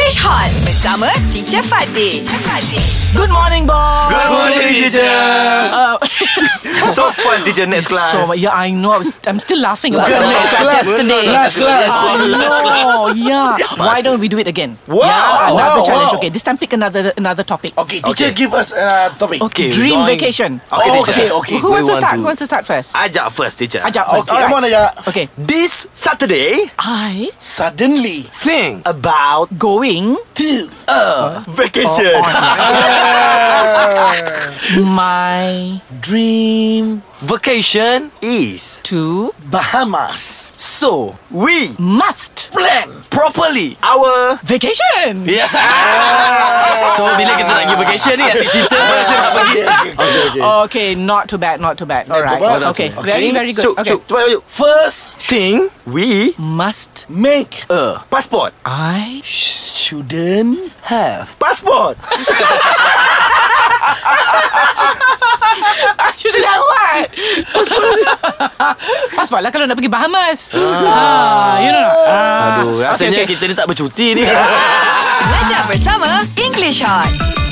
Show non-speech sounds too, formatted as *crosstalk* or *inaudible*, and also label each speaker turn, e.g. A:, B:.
A: Fresh Hot bersama Teacher Fatih.
B: Good morning, boss.
C: Good morning, teacher.
B: Uh,
C: So fun, teacher, next class.
B: so yeah, I know. I was, I'm still laughing. about
D: Good
B: that.
D: next class.
B: Yesterday.
D: Last class.
B: I know. Yeah. Why don't we do it again?
D: Wow.
B: Yeah, another
D: Wow,
B: challenge.
D: wow.
B: Okay, this time pick another another topic.
D: Okay, teacher give us uh, topic.
B: Okay,
C: okay,
B: Dream
C: going-
B: vacation.
C: Okay,
D: Oh,
C: teacher.
D: okay, okay.
B: Who wants
C: we
B: to
C: want
B: start?
C: to-
B: Who wants to start first?
C: Ajak first, teacher.
B: Ajak first.
D: Okay, come
B: alright.
D: on, Ajak.
B: Okay.
C: This Saturday,
B: I
D: Suddenly,
C: think about
B: going
D: two.
C: vacation.
B: Oh, my
D: Dream
C: Vacation is
B: to
D: Bahamas.
C: so we
B: must
D: Plan.
C: properly our
B: vacation.
E: Ya. Ah.
D: Ah.
E: so bila kita nak pergi vacation ni asyik cerita baru je nak pergi.
D: Okay, okay, okay.
B: Okay, not too bad, not too bad. All
D: too
B: right.
D: bad.
B: Okay.
D: Okay.
B: very, very good.
C: Cuk,
B: okay,
C: cuk, cepat maju.
D: First,
C: Think we
B: must
D: make
C: uh,
D: a
C: passport.
B: I
D: student have.
C: Passport.
B: I shouldn't have *laughs* what? Passport lah kalau nak pergi Bahamas. Ah, you know. not? Ah.
E: Aduh, rasanya
B: Okay, okay.
C: *laughs*
E: kita ni tak bercuti ni.
A: Belajar bersama English Hot.